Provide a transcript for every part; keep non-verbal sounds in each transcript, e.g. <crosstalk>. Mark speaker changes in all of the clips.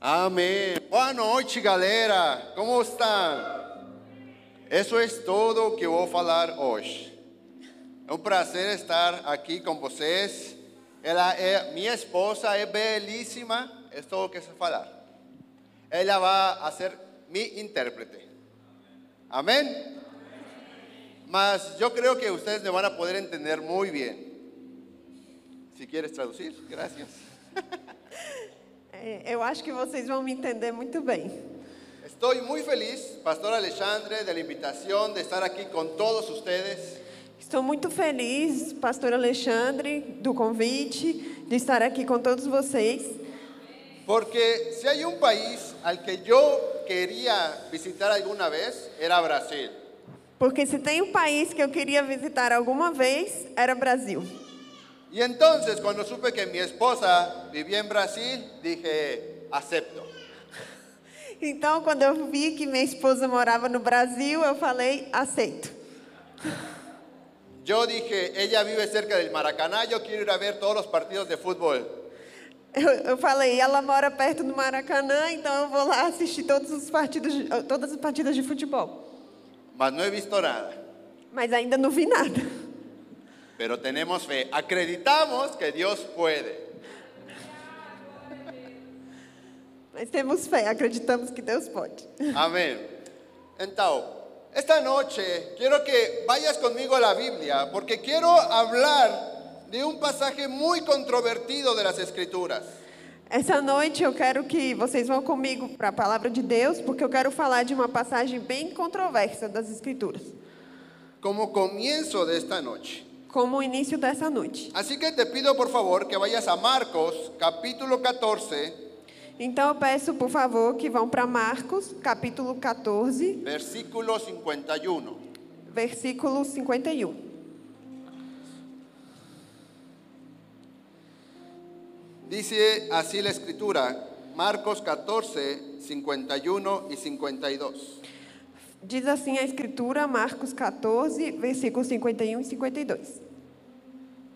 Speaker 1: Amén. Boa noite, galera. Como estão? Isso é tudo que vou falar hoje. É um prazer estar aqui com vocês. Ela é minha eh, esposa, é belíssima. É tudo que se falar. Ela vai ser minha intérprete. Amém? Mas eu creio que vocês me vão poder entender muito bem. Se quieres traduzir, graças.
Speaker 2: É, Eu acho que vocês vão me entender muito bem.
Speaker 1: Estoy muy feliz, Pastor Alexandre, de la invitación de estar aquí con todos ustedes.
Speaker 2: Estou muito feliz, pastor Alexandre, do convite, de estar aqui com todos vocês.
Speaker 1: Porque si hay un país al que yo quería visitar alguna vez, era Brasil.
Speaker 2: Porque se tem um país que eu queria visitar alguma vez, era Brasil.
Speaker 1: Y entonces, cuando supe que mi esposa vivía en Brasil, dije, acepto.
Speaker 2: Então, quando eu vi que minha esposa morava no Brasil, eu falei, aceito.
Speaker 1: Yo dije, ella vive cerca del Maracaná, yo quiero ir a ver todos los partidos de fútbol.
Speaker 2: Eu, eu falei, ela mora perto do Maracanã, então eu vou lá assistir todos os partidos, de- todas as partidas de futebol.
Speaker 1: Mas no he visto nada.
Speaker 2: Mas ainda não vi nada.
Speaker 1: Pero tenemos fe, acreditamos que Dios puede.
Speaker 2: Mas temos fé, acreditamos que Deus pode.
Speaker 1: Amén. Entonces, esta noche quiero que vayas conmigo a la Biblia porque quiero hablar de un pasaje muy controvertido de las Escrituras.
Speaker 2: Essa noite eu quero que vocês vão comigo para a palavra de Deus, porque eu quero falar de uma passagem bem controversa das Escrituras,
Speaker 1: Como comienzo de esta noche.
Speaker 2: como o início dessa noite.
Speaker 1: Así que te pido por favor que vayas a Marcos capítulo 14,
Speaker 2: Então eu peço, por favor, que vão para Marcos, capítulo 14,
Speaker 1: versículo 51.
Speaker 2: versículo 51.
Speaker 1: Dice así la escritura, Marcos 14, 51 y 52.
Speaker 2: Diz assim a Escritura, Marcos 14, versículos 51 e 52.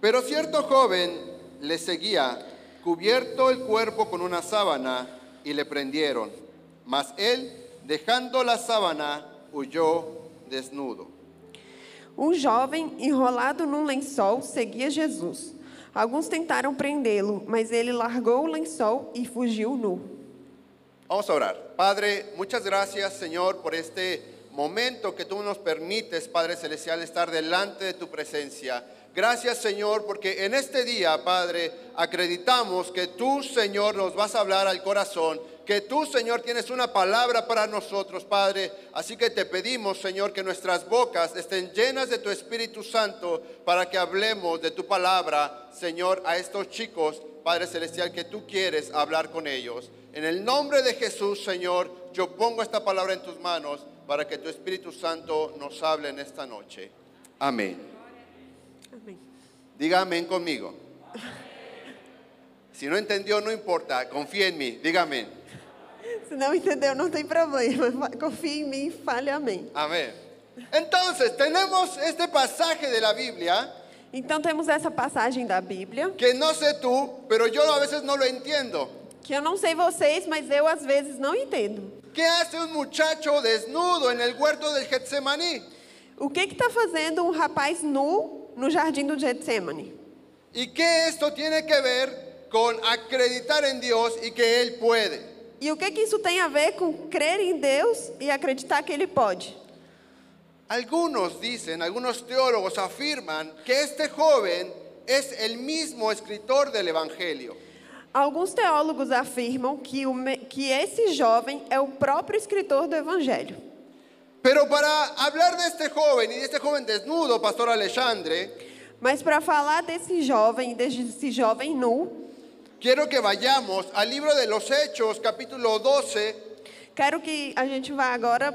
Speaker 1: Pero cierto joven le seguía, cubierto el cuerpo con una sábana, y le prendieron. Mas él, dejando la sábana, huyó desnudo.
Speaker 2: Um jovem, enrolado num lençol, seguia Jesus. Alguns tentaram prendê-lo, mas ele largou o lençol e fugiu nu.
Speaker 1: Vamos a orar. Padre, muchas gracias, Señor, por este momento que tú nos permites, Padre Celestial, estar delante de tu presencia. Gracias, Señor, porque en este día, Padre, acreditamos que tú, Señor, nos vas a hablar al corazón, que tú, Señor, tienes una palabra para nosotros, Padre. Así que te pedimos, Señor, que nuestras bocas estén llenas de tu Espíritu Santo para que hablemos de tu palabra, Señor, a estos chicos Padre Celestial, que tú quieres hablar con ellos. En el nombre de Jesús, Señor, yo pongo esta palabra en tus manos para que tu Espíritu Santo nos hable en esta noche. Amén.
Speaker 2: Amém.
Speaker 1: Diga amén conmigo. Si no entendió, no importa, confía en mí, diga amén.
Speaker 2: Se não entendeu, não tem problema. Fa- Confie em mí e fale amém.
Speaker 1: Amén. Entonces, tenemos este pasaje de la Biblia
Speaker 2: Então temos essa passagem da Bíblia,
Speaker 1: que no sé tú, pero yo a veces no lo entiendo.
Speaker 2: que eu não sei vocês, mas eu às vezes não entendo.
Speaker 1: ¿Qué hace un muchacho desnudo en el huerto del Getsemaní?
Speaker 2: O que está fazendo um rapaz nu no jardim do Getsemane?
Speaker 1: ¿Y qué esto tiene que ver con acreditar en Dios y que Él puede?
Speaker 2: E o que, que isso tem a ver com crer em Deus e acreditar que Ele pode?
Speaker 1: Algunos dicen, algunos teólogos afirman que este joven es el mismo escritor del Evangelio.
Speaker 2: Alguns teólogos afirmam que, o me- que esse jovem é o próprio escritor do Evangelho.
Speaker 1: Pero para hablar de este joven y de este joven desnudo, Pastor Alexandre,
Speaker 2: Mas para falar desse jovem, desse jovem nu,
Speaker 1: quiero que vayamos al libro de los Hechos, capítulo 12,
Speaker 2: Quero que a gente vá agora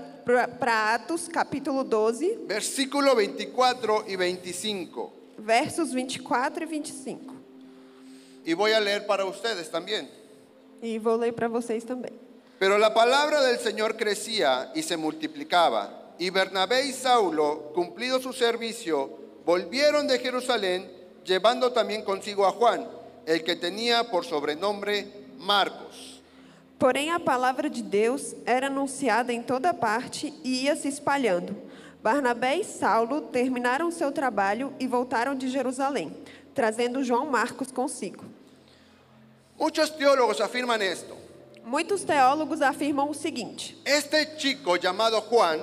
Speaker 2: para Atos, capítulo 12,
Speaker 1: versículo 24 y 25.
Speaker 2: versos 24 e 25.
Speaker 1: Y voy a leer para ustedes también.
Speaker 2: E vou ler para vocês também.
Speaker 1: Pero la palabra del Señor crecía y se multiplicaba. Y Bernabé y Saulo, cumplido su servicio, volvieron de Jerusalén, llevando también consigo a Juan, el que tenía por sobrenombre Marcos.
Speaker 2: Porém, a palavra de Deus era anunciada em toda parte e ia se espalhando. Barnabé e Saulo terminaram seu trabalho e voltaram de Jerusalém, trazendo João Marcos consigo.
Speaker 1: Muchos teólogos afirman esto.
Speaker 2: Muitos teólogos afirmam o seguinte:
Speaker 1: Este chico llamado Juan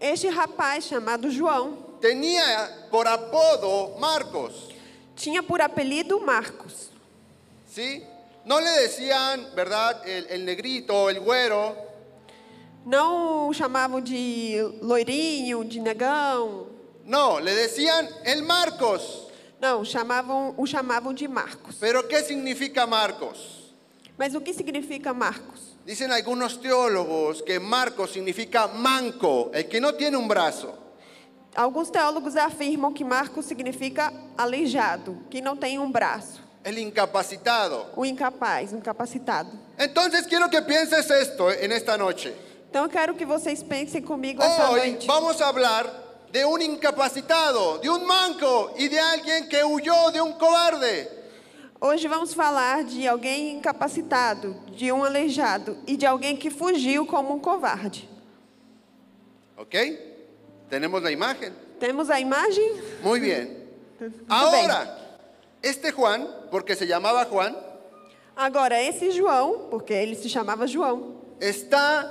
Speaker 2: este rapaz chamado João
Speaker 1: tenía por apodo Marcos.
Speaker 2: tinha por apelido Marcos.
Speaker 1: ¿Sí? No le decían, ¿verdad? El, el negrito, el güero.
Speaker 2: Não o chamavam de loirinho, de negão.
Speaker 1: No, le decían el Marcos.
Speaker 2: Não, chamavam, o chamavam de Marcos.
Speaker 1: Pero ¿qué significa Marcos?
Speaker 2: Mas o que significa Marcos?
Speaker 1: Dicen algunos teólogos que Marcos significa manco, el que no tiene un brazo.
Speaker 2: Alguns teólogos afirmam que Marcos significa aleijado, que não tem um braço,
Speaker 1: el incapacitado.
Speaker 2: o incapaz, o incapacitado.
Speaker 1: Entonces quiero que pienses esto en esta noche.
Speaker 2: Então eu quero que vocês pensem
Speaker 1: Pues,
Speaker 2: comigo essa
Speaker 1: Hoy
Speaker 2: noite.
Speaker 1: vamos a hablar de un incapacitado, de un manco y de alguien que huyó de un cobarde.
Speaker 2: Hoje vamos falar de alguém incapacitado, de um aleijado e de alguém que fugiu como um covarde.
Speaker 1: ¿Ok? Tenemos la imagen.
Speaker 2: Temos a imagem?
Speaker 1: Muy bien.
Speaker 2: Tudo bem.
Speaker 1: Ahora, este Juan, porque se llamaba Juan,
Speaker 2: Agora, esse João, porque ele se chamava João,
Speaker 1: está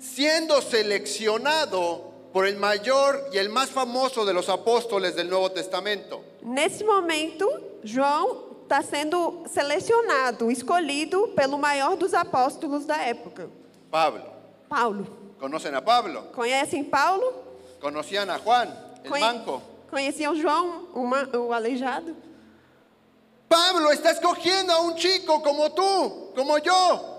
Speaker 1: siendo seleccionado por el mayor y el más famoso de los apóstoles del Nuevo Testamento.
Speaker 2: nesse momento, João está sendo selecionado, escolhido pelo maior dos apóstolos da época,
Speaker 1: Pablo.
Speaker 2: Paulo.
Speaker 1: ¿Conocen a Pablo?
Speaker 2: Conhecem Paulo?
Speaker 1: Conocían a Juan, el
Speaker 2: Conhe-
Speaker 1: manco.
Speaker 2: Conheciam João, o, ma- o aleijado?
Speaker 1: Pablo está escogiendo a un chico como tú, como yo.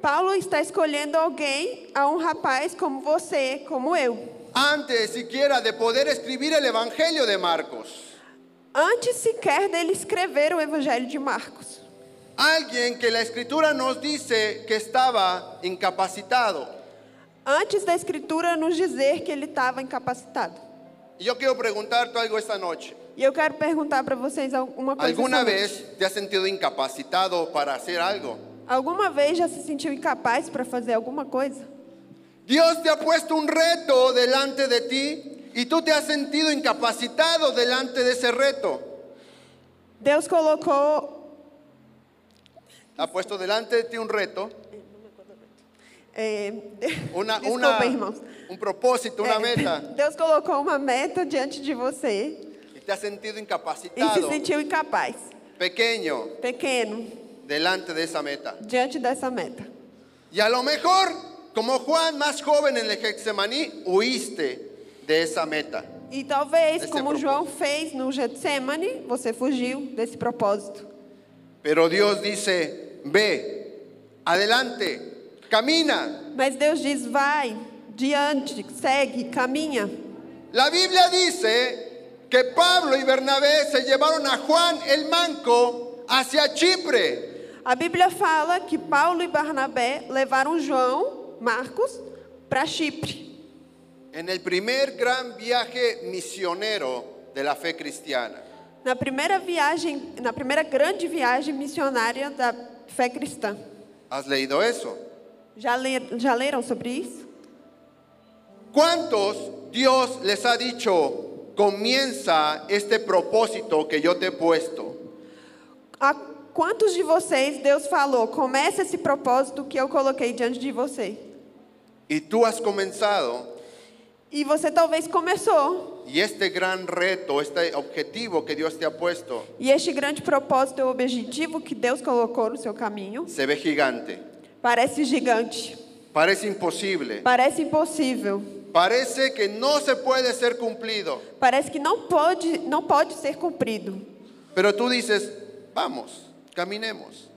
Speaker 2: Paulo está escolhendo alguém, a um rapaz como você, como eu.
Speaker 1: Antes siquiera de poder escribir el Evangelio de Marcos.
Speaker 2: antes sequer dele escrever o Evangelho de Marcos.
Speaker 1: Alguien que la escritura nos dice que estaba incapacitado.
Speaker 2: Antes da Escritura nos dizer que ele estava incapacitado.
Speaker 1: Y yo quiero preguntarte algo esta noche.
Speaker 2: E eu quero perguntar para vocês alguma coisa.
Speaker 1: ¿Alguna
Speaker 2: essa noite.
Speaker 1: vez te has sentido incapacitado para hacer algo?
Speaker 2: Alguma vez já se sentiu incapaz para fazer alguma coisa?
Speaker 1: Dios te ha puesto un reto delante de ti y tú te has sentido incapacitado delante de ese reto.
Speaker 2: Deus colocou.
Speaker 1: Ha puesto delante de ti un reto,
Speaker 2: É, <laughs>
Speaker 1: una,
Speaker 2: desculpa,
Speaker 1: una-
Speaker 2: irmãos.
Speaker 1: un propósito, una
Speaker 2: É,
Speaker 1: meta,
Speaker 2: <laughs> Deus colocou uma meta diante de você
Speaker 1: y te has sentido
Speaker 2: e se
Speaker 1: incapacitado,
Speaker 2: sentiu incapaz,
Speaker 1: pequeño,
Speaker 2: pequeno,
Speaker 1: delante de esa meta.
Speaker 2: diante dessa meta.
Speaker 1: Y a lo mejor, como Juan más joven en el Getsemaní, huiste de esa meta.
Speaker 2: E talvez,
Speaker 1: Esse é o
Speaker 2: como
Speaker 1: propósito.
Speaker 2: João fez no Getsemane, você fugiu desse propósito.
Speaker 1: Pero Dios dice, ve, adelante, camina.
Speaker 2: Mas Deus diz: vai, diante, segue, caminha.
Speaker 1: La Biblia dice que Pablo y Bernabé se llevaron a Juan el Manco hacia Chipre.
Speaker 2: A Bíblia fala que Paulo e Barnabé levaram João, Marcos, para Chipre.
Speaker 1: En el primer gran viaje misionero de la fe cristiana.
Speaker 2: Na primeira viagem, na primeira grande viagem missionária da fé cristã.
Speaker 1: ¿Has leído eso?
Speaker 2: Já, le, já leram sobre isso?
Speaker 1: ¿Cuántos Dios les ha dicho, comienza este propósito que yo te he puesto?
Speaker 2: A quantos de vocês Deus falou: comece esse propósito que eu coloquei diante de você?
Speaker 1: Y tú has comenzado
Speaker 2: E você talvez começou.
Speaker 1: y este gran reto, este objetivo que Dios te ha puesto,
Speaker 2: E este grande propósito, é o objetivo que Deus colocou no seu caminho,
Speaker 1: se ve gigante.
Speaker 2: parece gigante.
Speaker 1: Parece imposible.
Speaker 2: Parece impossível.
Speaker 1: Parece que no se puede ser cumplido.
Speaker 2: Parece que não pode, não pode ser cumprido.
Speaker 1: Pero tú dices, vamos, caminemos.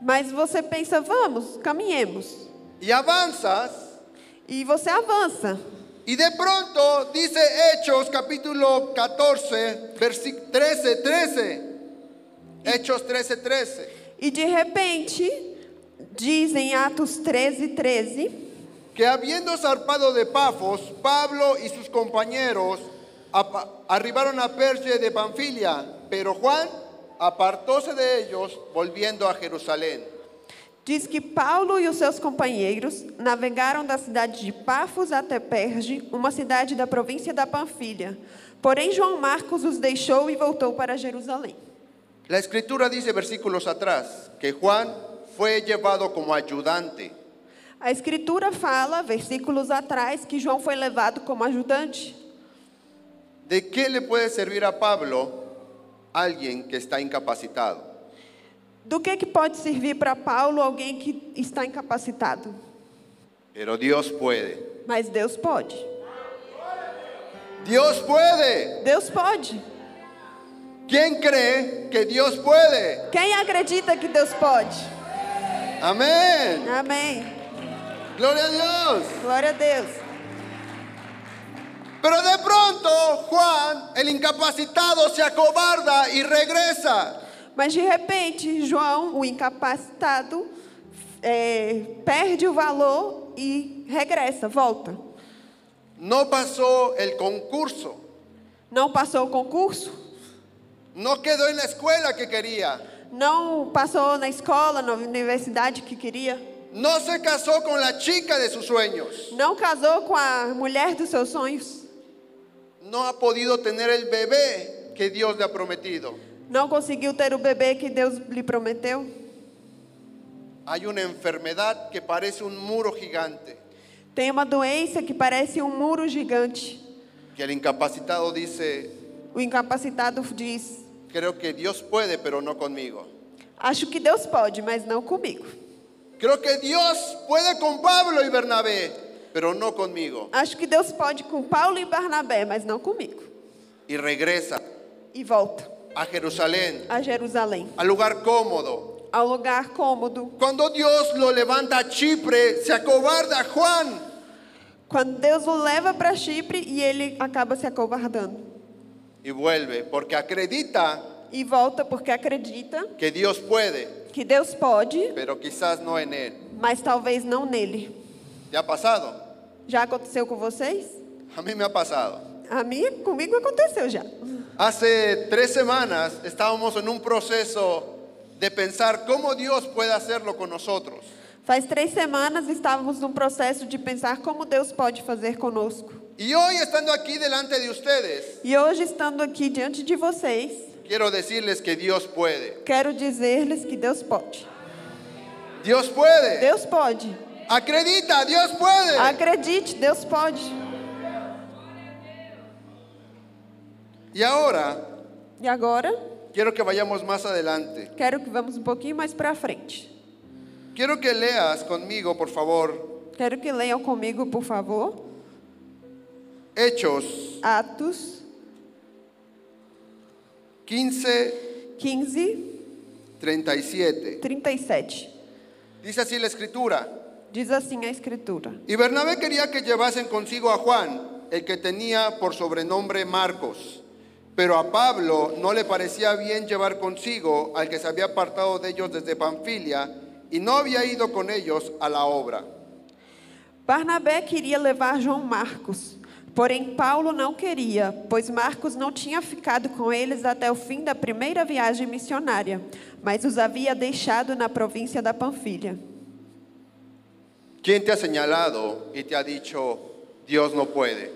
Speaker 2: Mas você pensa, vamos, caminhemos.
Speaker 1: Y avanzas
Speaker 2: E você avança.
Speaker 1: Y de pronto dice Hechos capítulo 14, versículo 13, 13. Hechos 13, 13.
Speaker 2: E de repente, diz em Atos 13, 13,
Speaker 1: Que habiendo zarpado de Pafos, Pablo y sus compañeros apa- arribaron a Persia de Panfilia, pero Juan apartóse de ellos volviendo a Jerusalén.
Speaker 2: Diz que Paulo e os seus companheiros navegaram da cidade de Pafos até Perge, uma cidade da província da Panfilha. Porém, João Marcos os deixou e voltou para Jerusalém.
Speaker 1: La escritura dice versículos atrás que Juan fue llevado como ayudante.
Speaker 2: A Escritura fala, versículos atrás, que João foi levado como ajudante.
Speaker 1: ¿De qué le puede servir a Pablo alguien que está incapacitado?
Speaker 2: Do que, que pode servir para Paulo alguém que está incapacitado?
Speaker 1: Pero Dios puede.
Speaker 2: Mas Deus pode.
Speaker 1: Dios puede.
Speaker 2: Deus pode.
Speaker 1: ¿Quién cree que Dios puede?
Speaker 2: Quem acredita que Deus pode?
Speaker 1: Amén.
Speaker 2: Amém.
Speaker 1: Gloria a Dios.
Speaker 2: Glória a Deus.
Speaker 1: Pero de pronto Juan, el incapacitado, se acobarda y regresa.
Speaker 2: Mas de repente, João, o incapacitado, eh, perde o valor e regressa, volta.
Speaker 1: No pasó el concurso.
Speaker 2: Não passou o concurso,
Speaker 1: No quedó en la escuela que quería.
Speaker 2: não passou na escola, na universidade que queria,
Speaker 1: No se casó con la chica de sus sueños.
Speaker 2: não casou com a mulher dos seus sonhos,
Speaker 1: No ha podido tener el bebé que Dios le ha prometido.
Speaker 2: não conseguiu ter o bebê que Deus lhe prometeu.
Speaker 1: Hay una enfermedad que parece un muro gigante.
Speaker 2: Tem uma doença que parece um muro gigante.
Speaker 1: Que el incapacitado dice,
Speaker 2: O incapacitado diz:
Speaker 1: creo que Dios puede, pero no conmigo.
Speaker 2: Acho que Deus pode, mas não comigo.
Speaker 1: Creo que Dios puede con Pablo y Bernabé, pero no conmigo.
Speaker 2: Acho que Deus pode com Paulo e Barnabé, mas não comigo.
Speaker 1: Y regresa
Speaker 2: E volta
Speaker 1: a Jerusalén,
Speaker 2: a Jerusalém,
Speaker 1: al lugar cómodo.
Speaker 2: ao lugar cômodo.
Speaker 1: Cuando Dios lo levanta a Chipre, se acobarda Juan
Speaker 2: Quando Deus o leva para Chipre e ele acaba se acovardando.
Speaker 1: y vuelve, porque acredita
Speaker 2: E volta porque acredita
Speaker 1: que Dios puede,
Speaker 2: que Deus pode,
Speaker 1: pero quizás no en él.
Speaker 2: mas talvez não nele.
Speaker 1: ¿Te ha pasado?
Speaker 2: Já aconteceu com vocês?
Speaker 1: A mí me ha pasado.
Speaker 2: A mim, comigo aconteceu já.
Speaker 1: Hace tres semanas estábamos en un proceso de pensar cómo Dios puede hacerlo con nosotros.
Speaker 2: Faz três semanas estávamos num processo de pensar como Deus pode fazer conosco.
Speaker 1: Y hoy estando aquí delante de ustedes,
Speaker 2: E hoje, estando aqui diante de vocês,
Speaker 1: Quiero decirles que Dios puede.
Speaker 2: quero dizer-lhes que Deus pode.
Speaker 1: Dios puede.
Speaker 2: Deus pode.
Speaker 1: Acredita, Dios puede.
Speaker 2: Acredite, Deus pode.
Speaker 1: Y ahora,
Speaker 2: E agora,
Speaker 1: quiero que vayamos más adelante.
Speaker 2: quero que vamos um pouquinho mais para frente.
Speaker 1: Quiero que leas conmigo, por favor,
Speaker 2: Quero que leiam comigo, por favor,
Speaker 1: Hechos
Speaker 2: Atos
Speaker 1: 15,
Speaker 2: 15,
Speaker 1: 37.
Speaker 2: 37.
Speaker 1: Dice así la escritura.
Speaker 2: Diz assim a Escritura.
Speaker 1: Y Bernabé quería que llevasen consigo a Juan, el que tenía por sobrenombre Marcos. Pero a Pablo no le parecía bien llevar consigo al que se había apartado de ellos desde Panfilia y no había ido con ellos a la obra.
Speaker 2: Barnabé queria levar João Marcos, porém Paulo não queria, pois Marcos não tinha ficado com eles até o fim da primeira viagem missionária, mas os havia deixado na província da Panfilha.
Speaker 1: ¿Quién te ha señalado y te ha dicho, Dios no puede?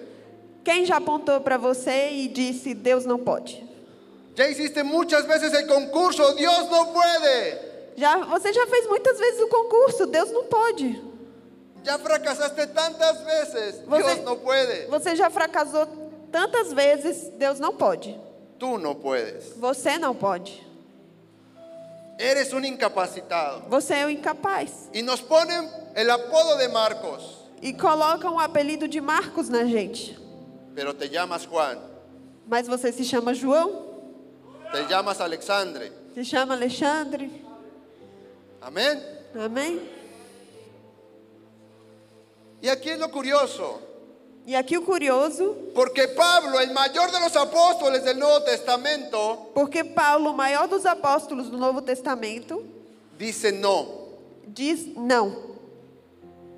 Speaker 2: Quem já apontou para você e disse Deus não pode?
Speaker 1: Ya hiciste muchas veces el concurso, Dios no puede.
Speaker 2: Já, você já fez muitas vezes o concurso, Deus não pode.
Speaker 1: Ya fracasaste tantas veces,
Speaker 2: Você,
Speaker 1: Dios no puede.
Speaker 2: você já fracassou tantas vezes, Deus não pode.
Speaker 1: Tú no puedes.
Speaker 2: Você não pode.
Speaker 1: Eres un incapacitado.
Speaker 2: Você é o incapaz.
Speaker 1: Y nos ponen el apodo de Marcos,
Speaker 2: E colocam o apelido de Marcos na gente.
Speaker 1: pero te llamas Juan,
Speaker 2: Mas você se chama João,
Speaker 1: te llamas Alexandre.
Speaker 2: se chama Alexandre. é
Speaker 1: Amén.
Speaker 2: Amém?
Speaker 1: Y aquí es lo curioso,
Speaker 2: E aqui o curioso,
Speaker 1: porque Pablo, el mayor de los apóstoles del Nuevo Testamento,
Speaker 2: porque Paulo, o maior dos apóstolos do Novo Testamento,
Speaker 1: dice no.
Speaker 2: diz não.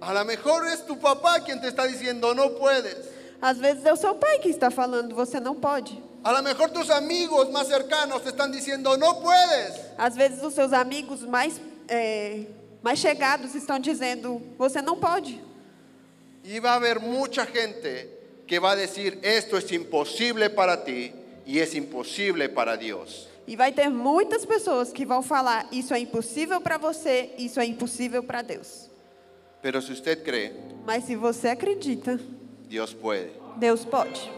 Speaker 1: A lo mejor es tu papá quien te está diciendo no puedes.
Speaker 2: Às vezes é o seu pai que está falando, você não pode.
Speaker 1: A lo mejor tus amigos más cercanos te están diciendo, no puedes.
Speaker 2: Às vezes os seus amigos mais eh, Mas chegados estão dizendo: você não pode.
Speaker 1: Y va a haber mucha gente que va a decir, esto es imposible para ti y es imposible para Dios.
Speaker 2: E vai ter muitas pessoas que vão falar: isso é impossível para você, isso é impossível para Deus.
Speaker 1: Pero si usted cree,
Speaker 2: Mas se você acredita,
Speaker 1: Dios puede.
Speaker 2: Deus pode.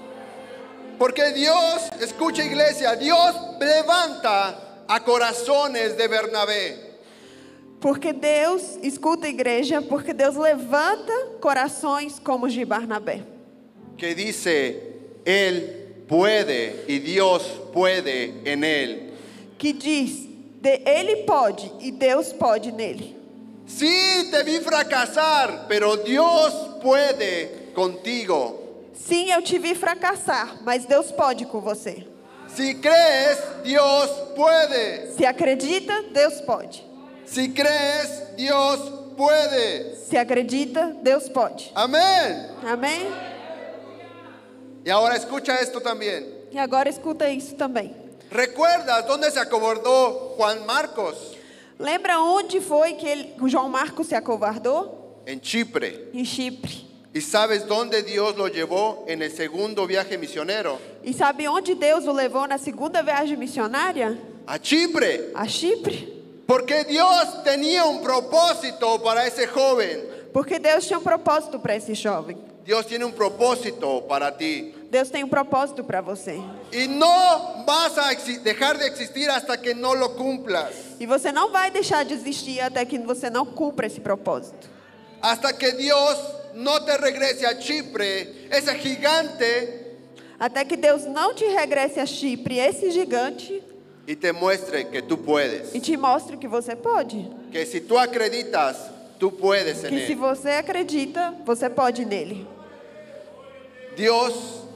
Speaker 1: Porque Dios, escucha iglesia, Dios levanta a corazones de Bernabé.
Speaker 2: Porque Deus escuta a igreja, porque Deus levanta corações como os de Barnabé.
Speaker 1: que dice, Él puede y Dios puede en Él.
Speaker 2: que diz: "De- Ele pode e Deus pode nele.
Speaker 1: Sí, te vi fracasar, pero Dios puede contigo.
Speaker 2: Sim, eu te vi fracassar, mas Deus pode com você.
Speaker 1: Si crees, Dios puede.
Speaker 2: Se acredita, Deus pode.
Speaker 1: Si crees, Dios puede.
Speaker 2: Se acredita, Deus pode.
Speaker 1: Amén.
Speaker 2: Amém?
Speaker 1: Y ahora escucha esto también.
Speaker 2: E agora escuta isso também.
Speaker 1: ¿Recuerdas dónde se acobardó Juan Marcos?
Speaker 2: Lembra onde foi que ele- o João Marcos se acovardou?
Speaker 1: En Chipre.
Speaker 2: Em Chipre.
Speaker 1: ¿Y sabes dónde Dios lo llevó en el segundo viaje misionero?
Speaker 2: E sabe onde Deus o levou na segunda viagem missionária?
Speaker 1: A Chipre.
Speaker 2: A Chipre.
Speaker 1: Porque Dios tenía un propósito para ese joven.
Speaker 2: Porque Deus tinha um propósito para esse jovem.
Speaker 1: Dios tiene un propósito para ti.
Speaker 2: Deus tem um propósito para você.
Speaker 1: Y no vas a exi- dejar de existir hasta que no lo cumplas.
Speaker 2: E você não vai deixar de existir até que você não cumpra esse propósito.
Speaker 1: Hasta que Dios no te regrese a Chipre, ese gigante,
Speaker 2: Até que Deus não te regresse a Chipre, esse gigante,
Speaker 1: y te muestre que tú puedes.
Speaker 2: e te mostre que você pode.
Speaker 1: Que si tú acreditas, tú puedes en
Speaker 2: Que se
Speaker 1: él.
Speaker 2: você acredita, você pode nele.
Speaker 1: Dios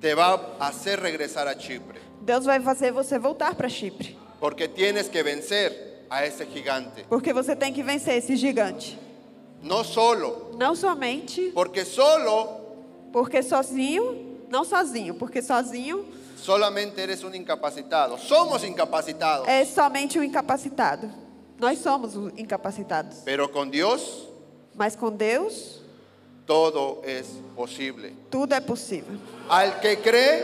Speaker 1: te va a hacer regresar a Chipre.
Speaker 2: Deus vai fazer você voltar para Chipre.
Speaker 1: Porque tienes que vencer a ese gigante.
Speaker 2: Porque você tem que vencer esse gigante.
Speaker 1: No solo,
Speaker 2: Não somente
Speaker 1: porque solo
Speaker 2: porque sozinho, não sozinho, porque sozinho
Speaker 1: Solamente eres un incapacitado. Somos incapacitados.
Speaker 2: é somente o incapacitado. Nós somos os incapacitados.
Speaker 1: Pero con Dios
Speaker 2: Mas com Deus,
Speaker 1: todo es posible.
Speaker 2: tudo é possível.
Speaker 1: Al que cree,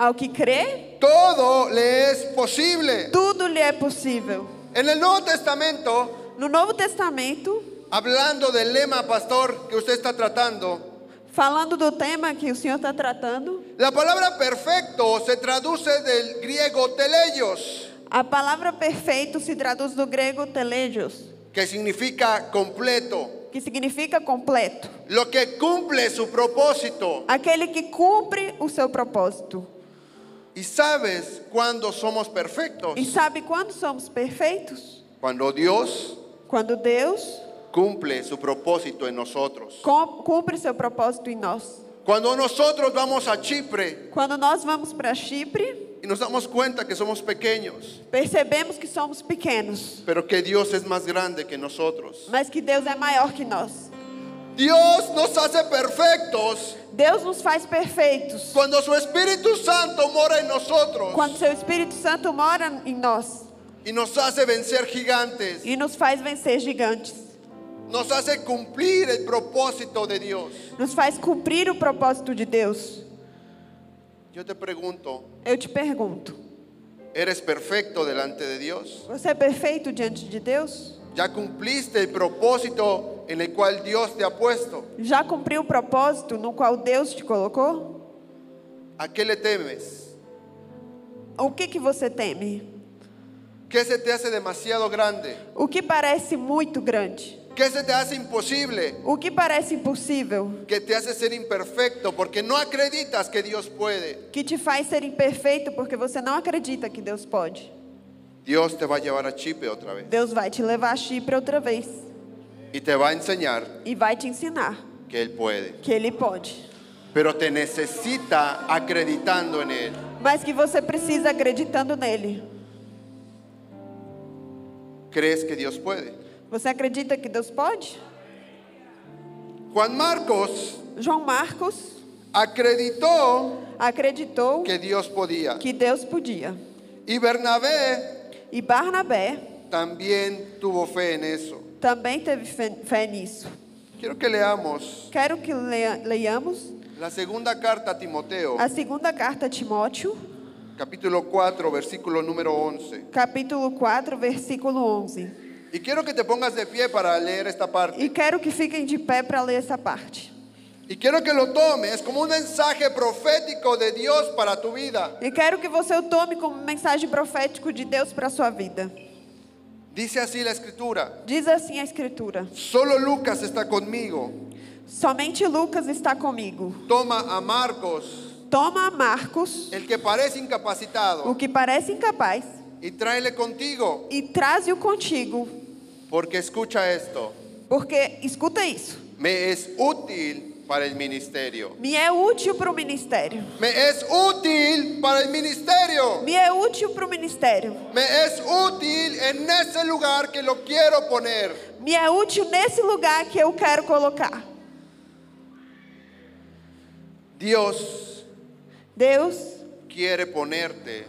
Speaker 2: Ao que crê,
Speaker 1: todo le es posible.
Speaker 2: Tudo lhe é possível.
Speaker 1: En el Nuevo Testamento,
Speaker 2: No Novo Testamento,
Speaker 1: hablando del lema, pastor, que usted está tratando,
Speaker 2: falando do tema que o Senhor está tratando,
Speaker 1: la palabra perfecto se traduce del griego teleios,
Speaker 2: a palavra perfeito se traduz do grego teleios,
Speaker 1: que significa completo,
Speaker 2: que significa completo,
Speaker 1: lo que cumple su propósito.
Speaker 2: aquele que cumpre o seu propósito.
Speaker 1: ¿Y sabes cuándo somos perfectos?
Speaker 2: E sabe quando somos perfeitos?
Speaker 1: Cuando Dios
Speaker 2: Quando Deus
Speaker 1: cumple su propósito en nosotros.
Speaker 2: com- cumpre seu propósito em nós.
Speaker 1: Cuando nosotros vamos a Chipre
Speaker 2: Quando nós vamos para Chipre,
Speaker 1: y nos damos cuenta que somos pequeños,
Speaker 2: percebemos que somos pequenos,
Speaker 1: pero que Dios es más grande que nosotros.
Speaker 2: mas que Deus é maior que nós.
Speaker 1: Dios nos hace perfectos
Speaker 2: Deus nos faz perfeitos.
Speaker 1: cuando su Espíritu Santo mora en nosotros
Speaker 2: Quando seu Espírito Santo mora em nós
Speaker 1: y nos hace vencer gigantes,
Speaker 2: e nos faz vencer gigantes,
Speaker 1: nos hace cumplir el propósito de Dios.
Speaker 2: nos faz cumprir o propósito de Deus.
Speaker 1: Yo te pregunto,
Speaker 2: Eu te pergunto:
Speaker 1: ¿eres perfecto delante de Dios?
Speaker 2: você é perfeito diante de Deus?
Speaker 1: ¿Ya cumpliste el propósito en el cual Dios te ha puesto?
Speaker 2: Já cumpriu o propósito no qual Deus te colocou?
Speaker 1: ¿A qué le temes?
Speaker 2: O que que você teme?
Speaker 1: ¿Qué se te hace demasiado grande?
Speaker 2: O que parece muito grande?
Speaker 1: ¿Qué se te hace imposible?
Speaker 2: O que parece impossível?
Speaker 1: Que te hace ser imperfecto porque no acreditas que Dios puede.
Speaker 2: Que te faz ser imperfeito porque você não acredita que Deus pode?
Speaker 1: Dios te va a llevar a Chipre otra vez
Speaker 2: Deus vai te levar a Chipre outra vez
Speaker 1: y te va a enseñar
Speaker 2: e vai te ensinar
Speaker 1: que Él puede.
Speaker 2: que Ele pode.
Speaker 1: Pero te necesita acreditando en Él.
Speaker 2: mas que você precisa acreditando nele.
Speaker 1: ¿Crees que Dios puede?
Speaker 2: Você acredita que Deus pode?
Speaker 1: Juan Marcos
Speaker 2: João Marcos
Speaker 1: acreditó
Speaker 2: acreditou
Speaker 1: que Deos podía
Speaker 2: que Deus podia.
Speaker 1: y Bernabé
Speaker 2: E Barnabé
Speaker 1: también tuvo fe en eso.
Speaker 2: também teve fe- fé nisso.
Speaker 1: Quiero que leamos
Speaker 2: Quero que lea- leiamos
Speaker 1: la segunda carta a Timoteo,
Speaker 2: a segunda carta a Timóteo,
Speaker 1: capítulo 4, versículo número 11.
Speaker 2: capítulo 4, versículo 11.
Speaker 1: Y quiero que te pongas de pie para leer esta parte.
Speaker 2: E quero que fiquem de pé para ler essa parte.
Speaker 1: Y quiero que lo tomes como un mensaje profético de Dios para tu vida.
Speaker 2: E quero que você o tome como mensagem profética de Deus para a sua vida.
Speaker 1: Dice así la escritura.
Speaker 2: Diz assim a Escritura:
Speaker 1: Solo Lucas está conmigo.
Speaker 2: Somente Lucas está comigo.
Speaker 1: Toma a Marcos,
Speaker 2: Toma Marcos,
Speaker 1: el que parece
Speaker 2: o
Speaker 1: incapacitado,
Speaker 2: que parece incapaz,
Speaker 1: y tráele contigo.
Speaker 2: e traze-o contigo,
Speaker 1: Porque escucha esto.
Speaker 2: porque escuta isso.
Speaker 1: Me es útil para el ministerio.
Speaker 2: Me é útil para o ministério.
Speaker 1: Me es útil para el ministerio.
Speaker 2: Me é útil para o ministério.
Speaker 1: Me es útil en ese lugar que lo quiero poner.
Speaker 2: Me é útil nesse lugar que eu quero colocar.
Speaker 1: Dios
Speaker 2: Deus
Speaker 1: quiere ponerte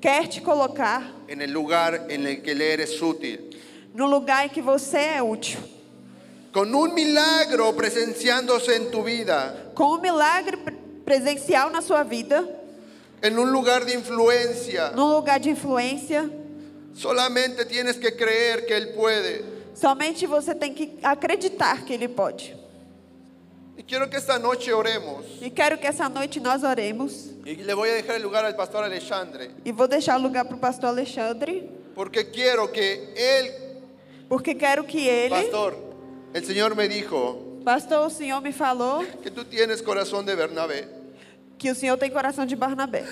Speaker 2: quer te colocar
Speaker 1: en el lugar en el que le eres útil.
Speaker 2: no lugar em que você é útil.
Speaker 1: Con un milagro presenciándose en tu vida,
Speaker 2: Com um milagre pre- presencial na sua vida,
Speaker 1: en un lugar de influencia.
Speaker 2: num lugar de influência,
Speaker 1: Solamente tienes que creer que Él puede.
Speaker 2: somente você tem que acreditar que Ele pode.
Speaker 1: Y quiero que esta noche oremos.
Speaker 2: E quero que essa noite nós oremos.
Speaker 1: Y le voy a dejar el lugar al pastor Alexandre,
Speaker 2: E vou deixar o lugar para o pastor Alexandre,
Speaker 1: porque quiero que Él,
Speaker 2: porque quero que ele.
Speaker 1: pastor, el Señor me dijo
Speaker 2: Pastor, o senhor me falou
Speaker 1: que tú tienes corazón de Bernabé,
Speaker 2: que o senhor tem coração de Barnabé.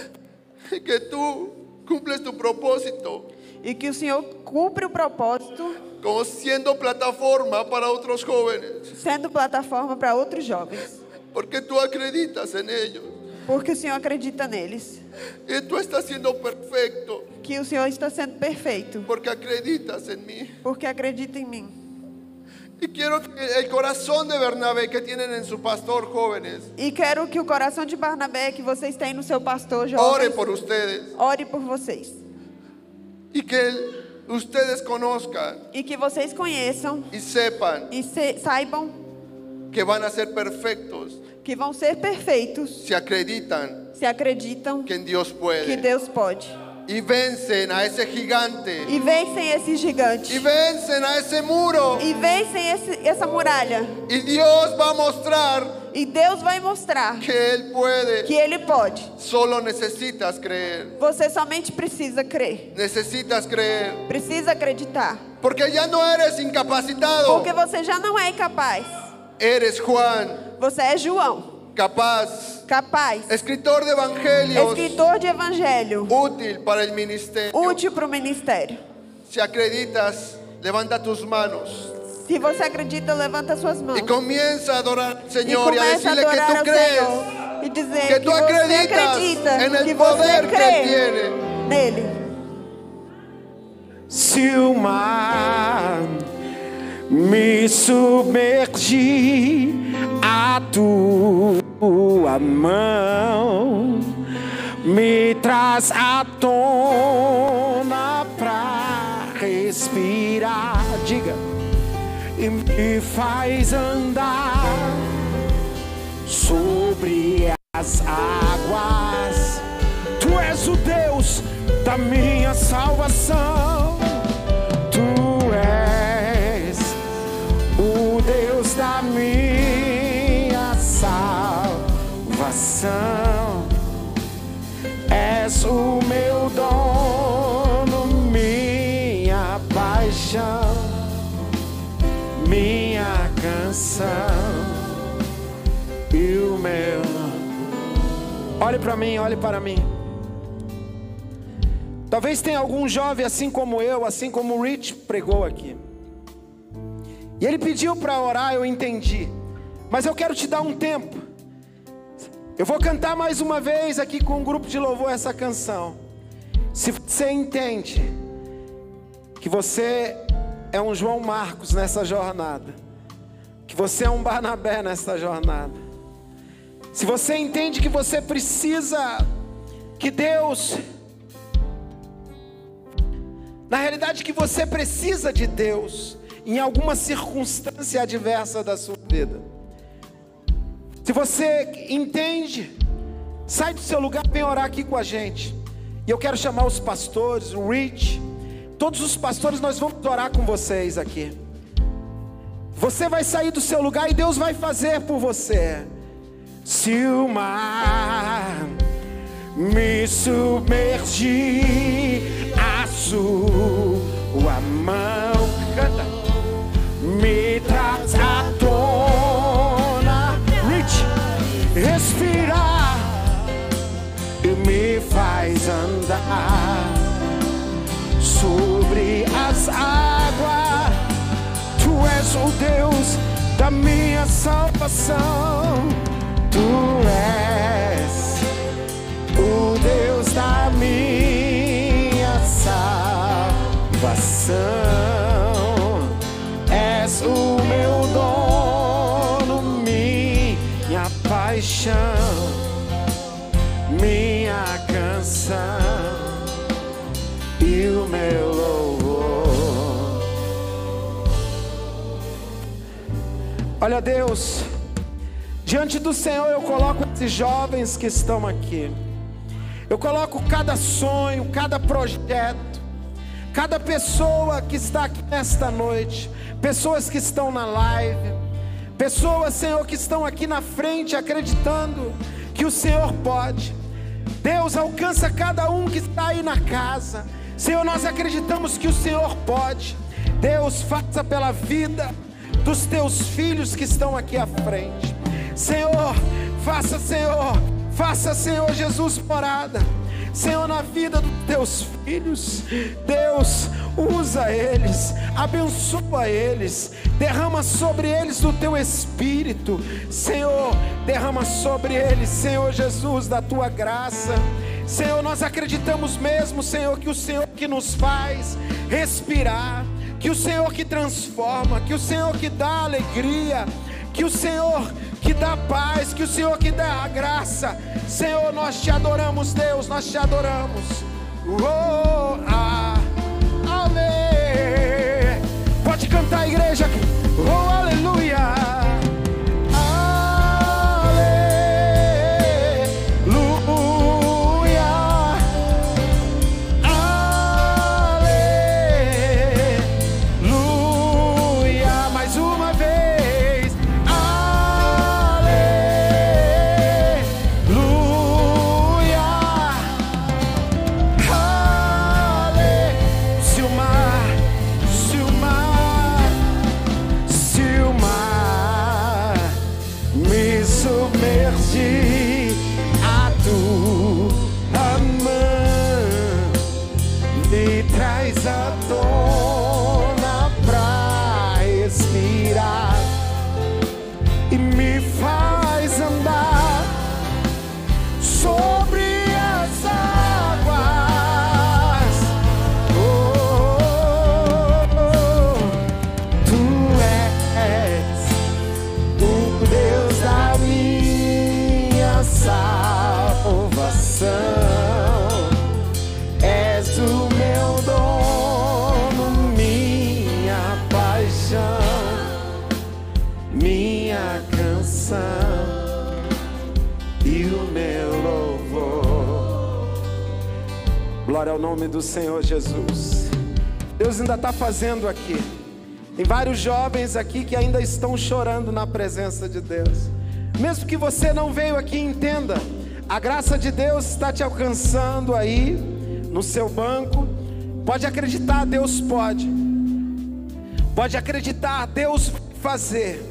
Speaker 1: y <laughs> que tú cumples tu propósito
Speaker 2: E que o senhor cumpre o propósito
Speaker 1: como siendo plataforma para otros jóvenes,
Speaker 2: sendo plataforma para outros jovens,
Speaker 1: porque tú acreditas en ellos.
Speaker 2: porque o Senhor acredita neles,
Speaker 1: Y tú estás siendo perfecto
Speaker 2: que o Senhor está sendo perfeito,
Speaker 1: porque acreditas en mí.
Speaker 2: porque acredita em mim.
Speaker 1: Y quiero que el corazón de Bernabé que tienen en su pastor jóvenes
Speaker 2: E quero que o coração de Barnabé que vocês têm no seu pastor jovens,
Speaker 1: ore por ustedes
Speaker 2: ore por vocês
Speaker 1: y que el- ustedes conozcan
Speaker 2: e que vocês conheçam
Speaker 1: y sepan
Speaker 2: e se- saibam
Speaker 1: que van a ser perfectos
Speaker 2: que vão ser perfeitos
Speaker 1: si acreditan
Speaker 2: se acreditam
Speaker 1: que en Dios
Speaker 2: que
Speaker 1: puede
Speaker 2: Deus pode
Speaker 1: y vencen a ese gigante
Speaker 2: e vencem esse gigante
Speaker 1: y vencen a esse muro
Speaker 2: e vencem esse- essa muralha
Speaker 1: y Dios va a mostrar
Speaker 2: e Deus vai mostrar
Speaker 1: que Él
Speaker 2: que
Speaker 1: puede.
Speaker 2: Ele pode.
Speaker 1: Solo necesitas creer,
Speaker 2: Você somente precisa crer.
Speaker 1: necesitas creer,
Speaker 2: Precisa acreditar.
Speaker 1: porque ya no eres incapacitado,
Speaker 2: Porque você já não é incapaz.
Speaker 1: eres Juan,
Speaker 2: Você é João,
Speaker 1: capaz,
Speaker 2: capaz,
Speaker 1: escritor de evangelios,
Speaker 2: escritor de evangelho,
Speaker 1: útil para el ministerio.
Speaker 2: útil para o ministério.
Speaker 1: Si acreditas, levanta tus manos
Speaker 2: Se você acredita, levanta suas mãos.
Speaker 1: y comienza a adorar al
Speaker 2: E
Speaker 1: Señor y a
Speaker 2: começa a
Speaker 1: decirle que
Speaker 2: adorar
Speaker 1: tú
Speaker 2: ao
Speaker 1: crees,
Speaker 2: Senhor. E dizer
Speaker 1: que
Speaker 2: que,
Speaker 1: tú
Speaker 2: você
Speaker 1: acreditas
Speaker 2: acredita,
Speaker 1: en el
Speaker 2: que você
Speaker 1: poder que
Speaker 2: crê
Speaker 1: Él tiene.
Speaker 2: nele.
Speaker 3: Se o mar me submergir a tua mão me traz à tona pra respirar, diga, e me faz andar sobre as águas. Tu és o Deus da minha salvação. Tu és o Deus da minha salvação. És o meu dono, minha paixão, minha canção e o meu. Olhe para mim, olhe para mim. Talvez tenha algum jovem assim como eu, assim como o Rich pregou aqui. E ele pediu para orar, eu entendi. Mas eu quero te dar um tempo. Eu vou cantar mais uma vez aqui com o grupo de louvor essa canção. Se você entende que você é um João Marcos nessa jornada, que você é um Barnabé nessa jornada, se você entende que você precisa que Deus Na realidade, que você precisa de Deus em alguma circunstância adversa da sua vida. Se você entende, sai do seu lugar, vem orar aqui com a gente. E eu quero chamar os pastores, o Rich, todos os pastores, nós vamos orar com vocês aqui. Você vai sair do seu lugar e Deus vai fazer por você. Se o mar me submergir, a sua mão canta, me traz à tona, Rich, respirar e me faz andar sobre as águas. Tu és o Deus da minha salvação. Tu és o Deus da minha salvação. És o meu dono, minha paixão, minha canção e o meu louvor. Olha, Deus. Diante do Senhor eu coloco esses jovens que estão aqui. Eu coloco cada sonho, cada projeto, cada pessoa que está aqui nesta noite, pessoas que estão na live, pessoas, Senhor, que estão aqui na frente acreditando que o Senhor pode. Deus alcança cada um que está aí na casa. Senhor, nós acreditamos que o Senhor pode. Deus faça pela vida dos teus filhos que estão aqui à frente. Senhor, faça, Senhor, faça, Senhor Jesus, morada. Senhor, na vida dos teus filhos, Deus, usa eles, abençoa eles, derrama sobre eles do teu espírito, Senhor, derrama sobre eles, Senhor Jesus, da tua graça. Senhor, nós acreditamos mesmo, Senhor, que o Senhor que nos faz respirar, que o Senhor que transforma, que o Senhor que dá alegria, que o Senhor que dá paz, que o Senhor que dá a graça. Senhor, nós te adoramos, Deus, nós te adoramos. Oh, ah, amém. Pode cantar, igreja. Oh, aleluia. Aleluia. Aleluia. Mais uma vez. Aleluia. Ale, se o mar, se o mar, se o mar me submergir, a tua mão me traz à tona pra expirar e me faz andar sobre as águas. Oh, oh, oh. tu és o Deus da minha salvação. És o meu dono, minha paixão, minha canção e o meu louvor. Glória ao nome do Senhor Jesus. Deus ainda está fazendo aqui. Tem vários jovens aqui que ainda estão chorando na presença de Deus. Mesmo que você não veio aqui, entenda. A graça de Deus está te alcançando aí no seu banco. Pode acreditar, Deus pode. Pode acreditar, Deus vai fazer.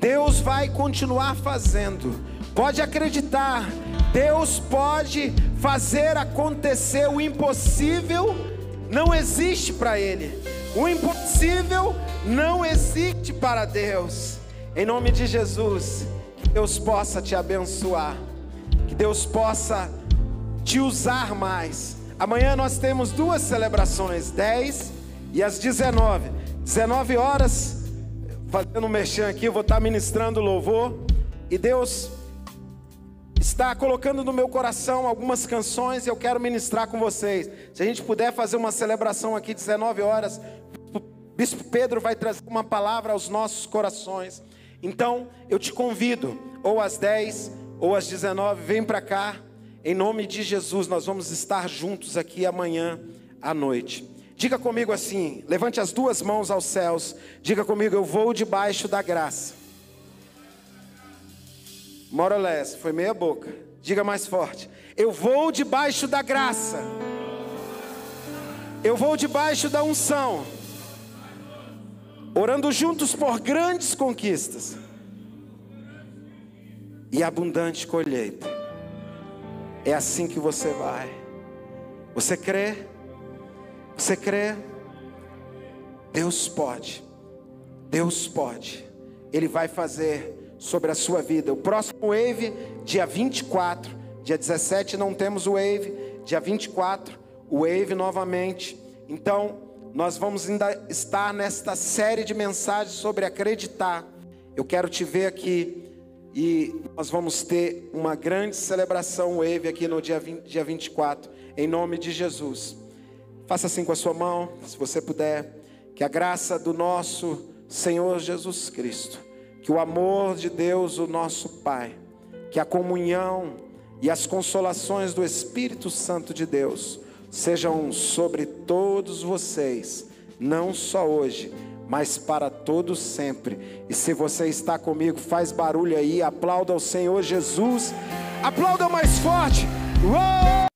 Speaker 3: Deus vai continuar fazendo. Pode acreditar, Deus pode fazer acontecer o impossível, não existe para Ele. O impossível não existe para Deus. Em nome de Jesus, que Deus possa te abençoar, que Deus possa te usar mais. Amanhã nós temos duas celebrações, 10 e às 19. 19 horas, fazendo um merchan aqui, eu vou estar ministrando louvor. E Deus está colocando no meu coração algumas canções e eu quero ministrar com vocês. Se a gente puder fazer uma celebração aqui, 19 horas, o Bispo Pedro vai trazer uma palavra aos nossos corações. Então, eu te convido, ou às 10 ou às 19, vem para cá. Em nome de Jesus, nós vamos estar juntos aqui amanhã à noite. Diga comigo assim: levante as duas mãos aos céus. Diga comigo: eu vou debaixo da graça. More or less, foi meia boca. Diga mais forte: eu vou debaixo da graça. Eu vou debaixo da unção. Orando juntos por grandes conquistas e abundante colheita. É assim que você vai. Você crê? Você crê? Deus pode. Deus pode. Ele vai fazer sobre a sua vida. O próximo Wave, dia 24. Dia 17 não temos o Wave. Dia 24, o Wave novamente. Então, nós vamos ainda estar nesta série de mensagens sobre acreditar. Eu quero te ver aqui. E nós vamos ter uma grande celebração Wave aqui no dia, 20, dia 24. Em nome de Jesus. Faça assim com a sua mão, se você puder. Que a graça do nosso Senhor Jesus Cristo, que o amor de Deus, o nosso Pai, que a comunhão e as consolações do Espírito Santo de Deus sejam um sobre todos vocês, não só hoje, mas para todos sempre. E se você está comigo, faz barulho aí, aplauda o Senhor Jesus, aplauda mais forte. Uou!